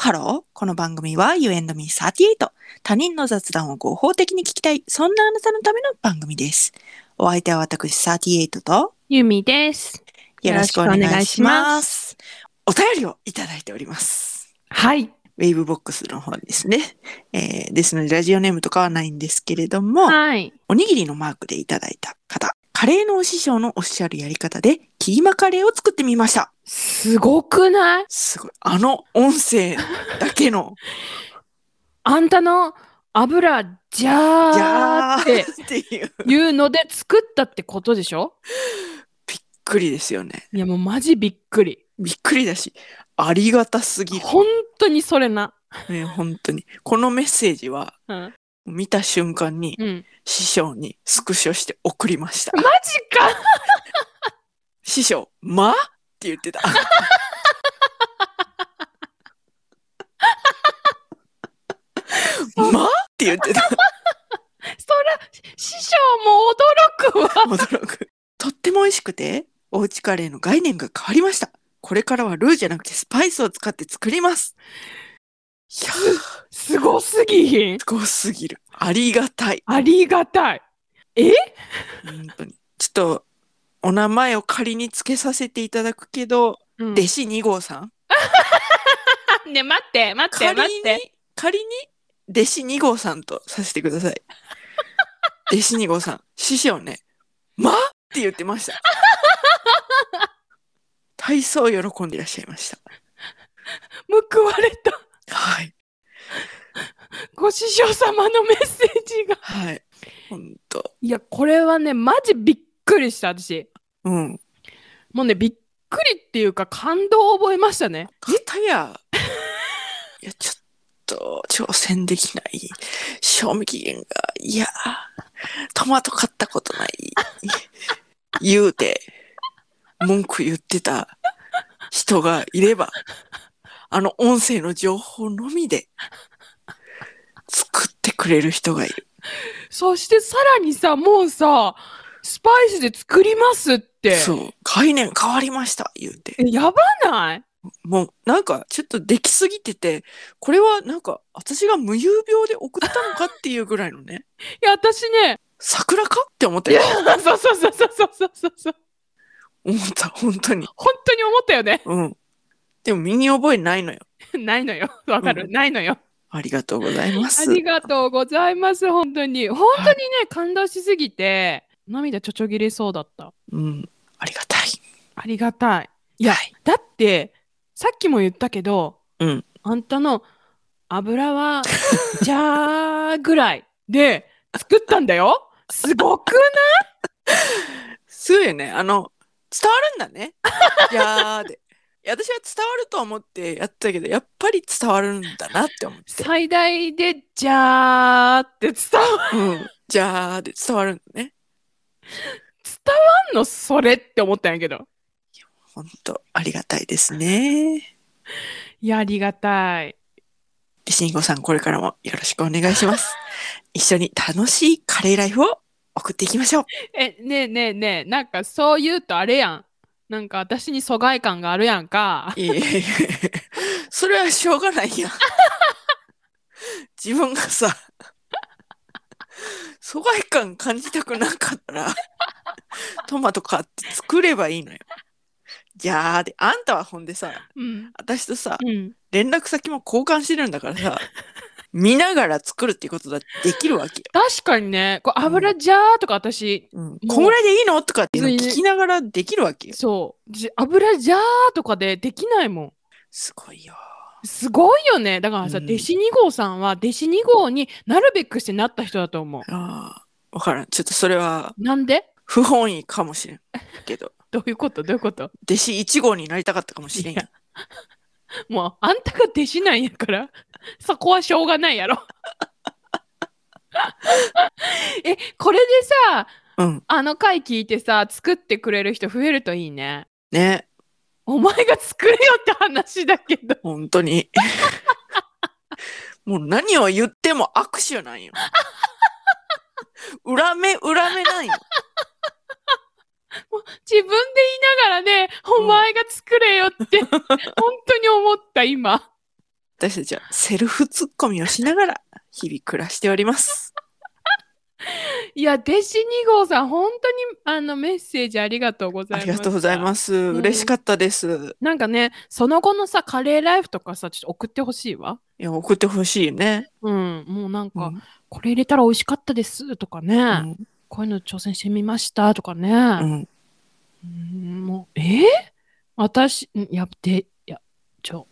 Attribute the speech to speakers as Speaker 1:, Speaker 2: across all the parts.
Speaker 1: ハローこの番組は You and me38 他人の雑談を合法的に聞きたいそんなあなたのための番組ですお相手は私38と
Speaker 2: ゆみです。
Speaker 1: よろしくお願いします
Speaker 2: よろしくお願いしま
Speaker 1: お便りをいただいております
Speaker 2: はい。
Speaker 1: ウェイブボックスの方ですね、えーですのでラジオネームとかはないんですけれども、
Speaker 2: はい。
Speaker 1: おにぎりのマークでいただいた方カレーのお師匠のおっしゃるやり方でキーマカレーを作ってみました
Speaker 2: すごくない
Speaker 1: すごいあの音声だけ の
Speaker 2: あんたの油じゃ
Speaker 1: じ
Speaker 2: ー
Speaker 1: ゃ
Speaker 2: っ
Speaker 1: ー
Speaker 2: て
Speaker 1: っていう
Speaker 2: いうので作ったってことでしょ
Speaker 1: びっくりですよね
Speaker 2: いやもうマジびっくり。
Speaker 1: びっくりだし、ありがたすぎる。
Speaker 2: 本当にそれな。
Speaker 1: ね、本当に。このメッセージは、
Speaker 2: うん。
Speaker 1: 見た瞬間に、
Speaker 2: うん、
Speaker 1: 師匠にスクショして送りました。
Speaker 2: マジか
Speaker 1: 師匠、まって言ってた。まって言ってた。
Speaker 2: そら、師匠も驚くわ。
Speaker 1: 驚く。とっても美味しくて、おうちカレーの概念が変わりました。これからはルーじゃなくてスパイスを使って作ります。いやー、す
Speaker 2: すごすぎひん。
Speaker 1: ごすぎる。ありがたい。
Speaker 2: ありがたい。
Speaker 1: 本当に。ちょっと、お名前を仮につけさせていただくけど、
Speaker 2: うん
Speaker 1: 弟子2号さん。
Speaker 2: あね、待って、待って、
Speaker 1: 仮
Speaker 2: 待
Speaker 1: に
Speaker 2: って。、
Speaker 1: 仮に、弟子2号さんとさせてくだ さい。弟子2号さん、師匠ね、まって言ってま した。体操喜んでいらっしゃいました。
Speaker 2: 報われた。
Speaker 1: はい。
Speaker 2: ご師匠様のメッセージが。
Speaker 1: はい。本当。
Speaker 2: いや、これはね、マジびっくりした、私。
Speaker 1: うん。
Speaker 2: もうね、びっくりっていうか、感動を覚えましたね。
Speaker 1: 片や、 いや、ちょっと挑戦できない。賞味期限が、いや、トマト買ったことない。言うて、文句言ってた人がいれば、あの音声の情報のみで、作ってくれる人がいる。
Speaker 2: そしてさらにさ、もうさ、スパイスで作りますって。
Speaker 1: そう。概念変わりました、言うて。
Speaker 2: えやばない
Speaker 1: もうなんかちょっとできすぎてて、これはなんか私が無遊病で送ったのかっていうぐらいのね、
Speaker 2: いや、私ね、
Speaker 1: 桜かって思った
Speaker 2: い
Speaker 1: よ
Speaker 2: や。、そうそうそうそうそうそうそう。
Speaker 1: 思った、本当に。
Speaker 2: 本当に思ったよね。
Speaker 1: うん。でも身に覚えないのよ。
Speaker 2: ないのよ。わかる、
Speaker 1: うん
Speaker 2: ないのよ。
Speaker 1: ありがとうございま
Speaker 2: あ
Speaker 1: す。
Speaker 2: りがとうございます、本当に。本当にね、感動しすぎて、涙ちょちょぎれそうだった。
Speaker 1: うん。ありがたい。
Speaker 2: ありがたい。いや、
Speaker 1: はい
Speaker 2: だって、さっきも言ったけど、
Speaker 1: うん
Speaker 2: あんたの油は、 じゃーぐらいで作ったんだよ。すごくな
Speaker 1: すごいよね。あの、伝わるんだね。 いやーで。いや私は伝わると思ってやったけど、やっぱり伝わるんだなって思って。
Speaker 2: 最大でじゃーって伝わ
Speaker 1: うん。じゃあで伝わるんだね。
Speaker 2: 伝わんのそれって思ったんやけど。
Speaker 1: 本当ありがたいですね。
Speaker 2: いや、ありがたい。
Speaker 1: しんごさん、これからもよろしくお願いします。一緒に楽しいカレーライフを送っていきましょう。
Speaker 2: え、ねえねえねえ、なんかそう言うとあれやん。なんか私に疎外感があるやんか。
Speaker 1: いえいえいえ それはしょうがない やん。自分がさ、疎外感感じたくなかったら、トマト買って作ればいいのよ。じゃあ、で、あんたはほんでさ、
Speaker 2: うん。
Speaker 1: 私とさ、
Speaker 2: うん。
Speaker 1: 連絡先も交換してるんだからさ、見ながら作るっていうことだってできるわけよ。
Speaker 2: 確かにね、こう油じゃーとか私、
Speaker 1: うん、こんぐらいでいいのとかっていうのを聞きながらできるわけよ。
Speaker 2: そうじ油じゃーとかでできないもん
Speaker 1: すごいよ。
Speaker 2: すごいよねだからさ、
Speaker 1: うん
Speaker 2: 弟子2号さんは弟子2号になるべくしてなった人だと思う
Speaker 1: ああ、わからん。ちょっとそれは
Speaker 2: なんで
Speaker 1: 不本意かもしれんけど、
Speaker 2: どういうことどういうこと
Speaker 1: 弟子1号になりたかったかもしれんやん。
Speaker 2: もうあんたが弟子なんやから そこはしょうがないやろ えこれでさ
Speaker 1: うん。
Speaker 2: あの回聞いてさ作ってくれる人増えるといいね
Speaker 1: ね、
Speaker 2: お前が作れよって話だけど
Speaker 1: 本当に。 もう何を言っても握手なんよ。裏目、裏目なんよ。
Speaker 2: 自分で言 いながらね、お前が作れよって、本当に思った今。
Speaker 1: 私たちはセルフツッコミをしながら日々暮らしております。
Speaker 2: いや、弟子2号さん、本当にあのメッセージありがとうご
Speaker 1: あ
Speaker 2: ざいます。。
Speaker 1: りがとうございますす。
Speaker 2: ん
Speaker 1: 嬉しかったです。
Speaker 2: なんかね、その後のさ、カレーライフとかさ、ちょっと送ってほしいわ。
Speaker 1: いや、送ってほしいね。
Speaker 2: うん、もうなん
Speaker 1: う
Speaker 2: か、
Speaker 1: ん
Speaker 2: これ入れたら美味しかったですとかね、
Speaker 1: うん
Speaker 2: こういうの挑戦してみましたとかね。
Speaker 1: うん
Speaker 2: うんもう、えー私、んいや、で、いや、ちょ、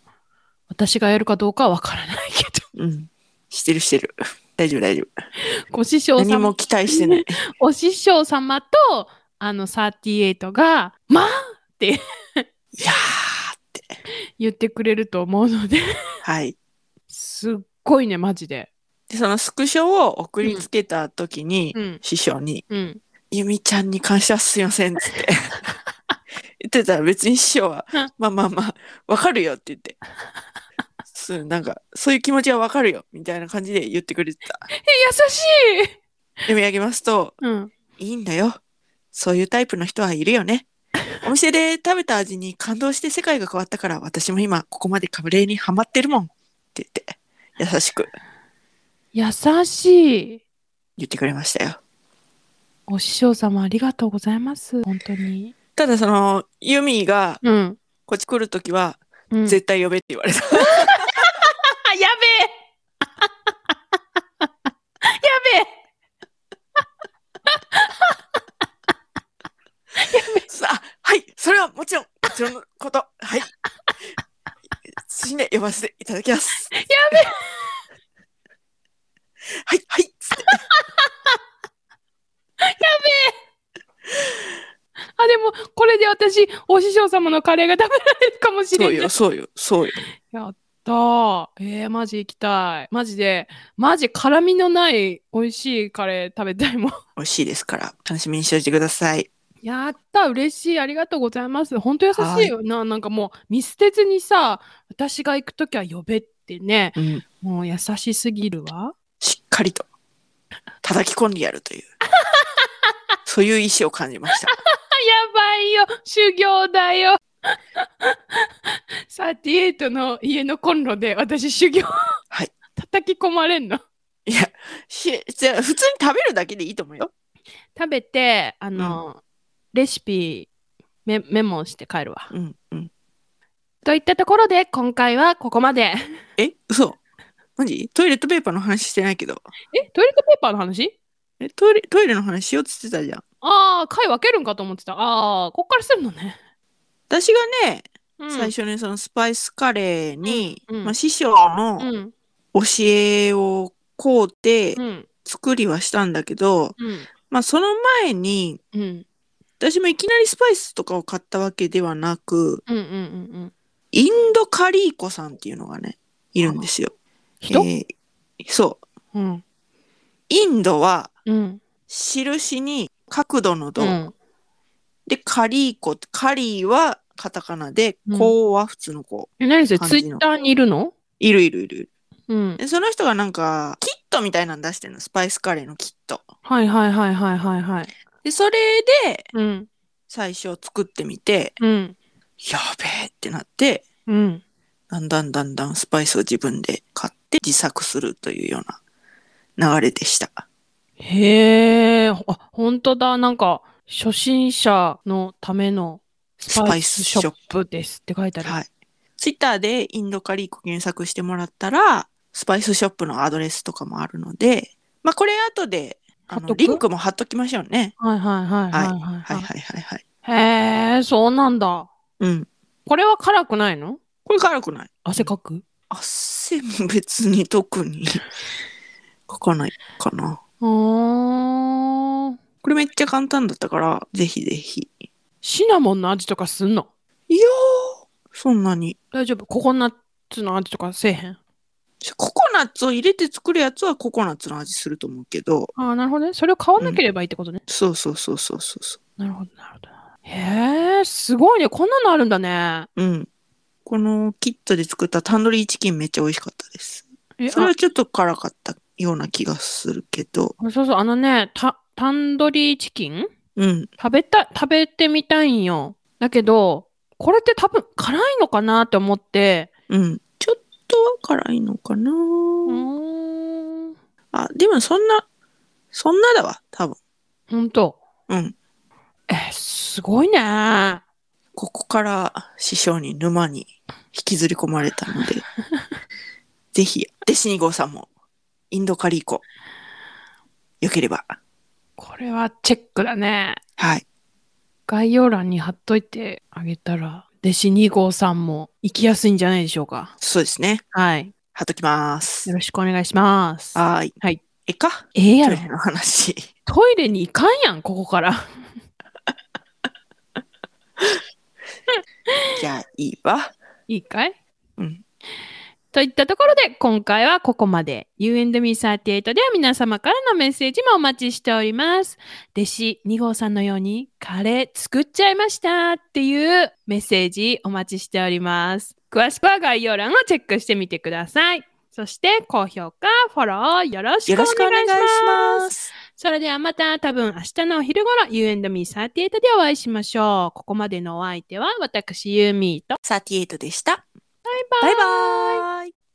Speaker 2: 私がやるかどうかはわからないけ
Speaker 1: うん。してるしてる。大丈夫大丈夫。
Speaker 2: ど、ご師匠
Speaker 1: 何
Speaker 2: 様
Speaker 1: も、期待してない。
Speaker 2: お師匠様と、あの、38が、まあ
Speaker 1: いやーって。
Speaker 2: 言ってくれると思う ので、
Speaker 1: はい。
Speaker 2: すっごいね、マジで。
Speaker 1: で、そのスクショを送りつけた時に、
Speaker 2: うん、
Speaker 1: 師匠に、
Speaker 2: うん。
Speaker 1: ゆみちゃんに感謝すいませんっつって 言ってたら別に師匠は
Speaker 2: うん
Speaker 1: 「まあまあまあわかるよ」って言ってそうなんかそういう気持ちはわかるよみたいな感じで言ってくれてた
Speaker 2: え、優しい
Speaker 1: 読み上げますと
Speaker 2: うん。
Speaker 1: 「いいんだよそういうタイプの人はいるよね」お店で食べた味に感動して世界が変わったから私も今ここまでカブレーにハマってるもんって言って優しく
Speaker 2: 優しい。
Speaker 1: 言ってくれましたよ
Speaker 2: お師匠様ありがとうございます。本当に。
Speaker 1: ただそのユミが
Speaker 2: うん。
Speaker 1: こっち来る時は
Speaker 2: うん、
Speaker 1: 絶対呼べって言われた
Speaker 2: あ、やべえ やべえ
Speaker 1: さあ、はい、それはもちろん、もちろんのこと、はい。死んで呼ばせていただきます。やべ。はい、はい、つって
Speaker 2: あ、でも、これで私、お師匠様のカレーが食べられるかも
Speaker 1: そ
Speaker 2: し
Speaker 1: う
Speaker 2: れない
Speaker 1: よ、。そうよ、そうよ。
Speaker 2: やったー。えー、マジ行きたい。マジで、マジ辛みのない美味しいカレー食べたいもん。
Speaker 1: 美味しいですから、楽しみにしておいてください。
Speaker 2: やった、嬉しい。ありがとうございます。本当優しいよな。なんかもう、見捨てずにさ、私が行くときは呼べってね、
Speaker 1: うん、
Speaker 2: もう優しすぎるわ。
Speaker 1: しっかりと叩き込んでやるという。そういう意志を感じま した。
Speaker 2: やばいよ修行だよ !38 の家のコンロで私修行
Speaker 1: はい
Speaker 2: 叩き込まれんの
Speaker 1: いや、しじゃあ普通に食べるだけでいいと思うよ。
Speaker 2: 食べてあの、レシピメメモして帰るわ
Speaker 1: うん、うん。
Speaker 2: といったところで今回はここまで
Speaker 1: え、嘘マジトイレットペーパーの話してないけど。
Speaker 2: えトイレットペーパーの話
Speaker 1: え、トイレ、トイレの話しようっつってたじゃん。
Speaker 2: ああ回分けるんかと思ってたああこっからするのね、
Speaker 1: 私がね、
Speaker 2: うん、
Speaker 1: 最初にそのスパイスカレーに、
Speaker 2: うんうん
Speaker 1: まあ、師匠
Speaker 2: う
Speaker 1: の
Speaker 2: ん
Speaker 1: 教えをこうて
Speaker 2: うん
Speaker 1: 作りはしたんだけど、
Speaker 2: うん
Speaker 1: まあその前に
Speaker 2: うん
Speaker 1: 私もいきなりスパイスとかを買ったわけではなく
Speaker 2: うんうんうんうん
Speaker 1: インドカリーコさんっていうのがねいるんですよ。
Speaker 2: 人、
Speaker 1: えーそう
Speaker 2: うん
Speaker 1: インドは
Speaker 2: うん
Speaker 1: 印に角度の度、
Speaker 2: うん
Speaker 1: でカリーコカリーはカタカナで
Speaker 2: うん
Speaker 1: コは普通の子、
Speaker 2: え何それ
Speaker 1: 感
Speaker 2: ツイ
Speaker 1: じの
Speaker 2: ッターにいるの
Speaker 1: いるいるいるいる。
Speaker 2: うん
Speaker 1: でその人がなんかキットみたいなの出してるのスパイスカレーのキット。
Speaker 2: はいはいはいはいはいはい。
Speaker 1: でそれで
Speaker 2: うん。
Speaker 1: 最初作ってみて
Speaker 2: うん。
Speaker 1: やべえってなって
Speaker 2: うん。
Speaker 1: だんだんだんだんスパイスを自分で買って自作するというような流れでした。
Speaker 2: へえ、あ、本当だ。なんか、初心者のためのス
Speaker 1: ス
Speaker 2: パ
Speaker 1: パ
Speaker 2: イ
Speaker 1: イ
Speaker 2: ス
Speaker 1: スシ
Speaker 2: ショ
Speaker 1: ョ
Speaker 2: ッ
Speaker 1: ッ
Speaker 2: プですって書いてある。
Speaker 1: はい、ツイッターでインドカリーコ検索してもらったらスパイスショップのアドレスとかもあるので、まあ、これ後であ
Speaker 2: 貼っ
Speaker 1: の
Speaker 2: とく
Speaker 1: リンクも貼っときましょうね。
Speaker 2: はいはいはいはいはい
Speaker 1: はい
Speaker 2: は
Speaker 1: はいはいはい。
Speaker 2: い。へえ、そうなんだ。
Speaker 1: うん。
Speaker 2: これは辛くないの
Speaker 1: これ辛くない
Speaker 2: 汗かく
Speaker 1: 汗も別に特に書かないかな。
Speaker 2: うーん。
Speaker 1: これめっちゃ簡単だったから、ぜひぜひ。
Speaker 2: シナモンの味とかすんの
Speaker 1: いやー、そんなに。
Speaker 2: 大丈夫ココナッツの味とかせえへん
Speaker 1: ココナッツを入れて作るやつはココナッツの味すると思うけど、
Speaker 2: ああ、なるほどね。それを買わなければいいってことね。
Speaker 1: そうそうそうそうそうそ
Speaker 2: なるほど、なるほど。へえ、すごいね。こんなのあるんだね。
Speaker 1: う。うん。このキットで作ったタンドリーチキンめっちゃ美味しかったです。
Speaker 2: え
Speaker 1: それはちょっと辛かったような気がするけど、
Speaker 2: あそうそう、あのね、タタンドリーチキン
Speaker 1: うん。
Speaker 2: 食べた、食べてみたいんよ。だけど、これって多分辛いのかなって思って、
Speaker 1: うん。ちょっとはからいいのかな、
Speaker 2: うーん。
Speaker 1: あ、でもそんな、そんなだわ、多分。
Speaker 2: ほんと。
Speaker 1: うん。
Speaker 2: えー、すごいね。
Speaker 1: ここから師匠に沼に引きずり込まれたの で、ぜひ、デシニゴさんも、インドカリーコ、よければ。
Speaker 2: これはチェックだね。
Speaker 1: はい。
Speaker 2: 概要欄に貼っといてあげたら、弟子2号さんも行きやすいんじゃないでしょうか。
Speaker 1: そうですね。
Speaker 2: はい。
Speaker 1: 貼っときます
Speaker 2: よ。ろしくお願いします。
Speaker 1: はーい。
Speaker 2: はい。
Speaker 1: えか
Speaker 2: ええやろ
Speaker 1: トイ。レの 話。
Speaker 2: トイレに行かんやん、ここから。
Speaker 1: じゃあ、いいわ。
Speaker 2: いいかい
Speaker 1: うん。
Speaker 2: といったところで今回はここまで U&Me38 では皆様からのメッセージもお待ちしております弟子2号さんのようにカレー作っちゃいましたっていうメッセージお待ちしております詳しくは概要欄をチェックしてみてくださいそして高評価フォローよろし
Speaker 1: よ
Speaker 2: くお
Speaker 1: ろしくお願
Speaker 2: 願い
Speaker 1: い
Speaker 2: し
Speaker 1: し
Speaker 2: ます
Speaker 1: ます。
Speaker 2: それではまた多分明日のお昼ごろ U&Me38 でお会いしましょうここまでのお相手は私ユーミーと
Speaker 1: 38でした。
Speaker 2: バ
Speaker 1: バ
Speaker 2: イ
Speaker 1: イ
Speaker 2: バイ
Speaker 1: バーイ。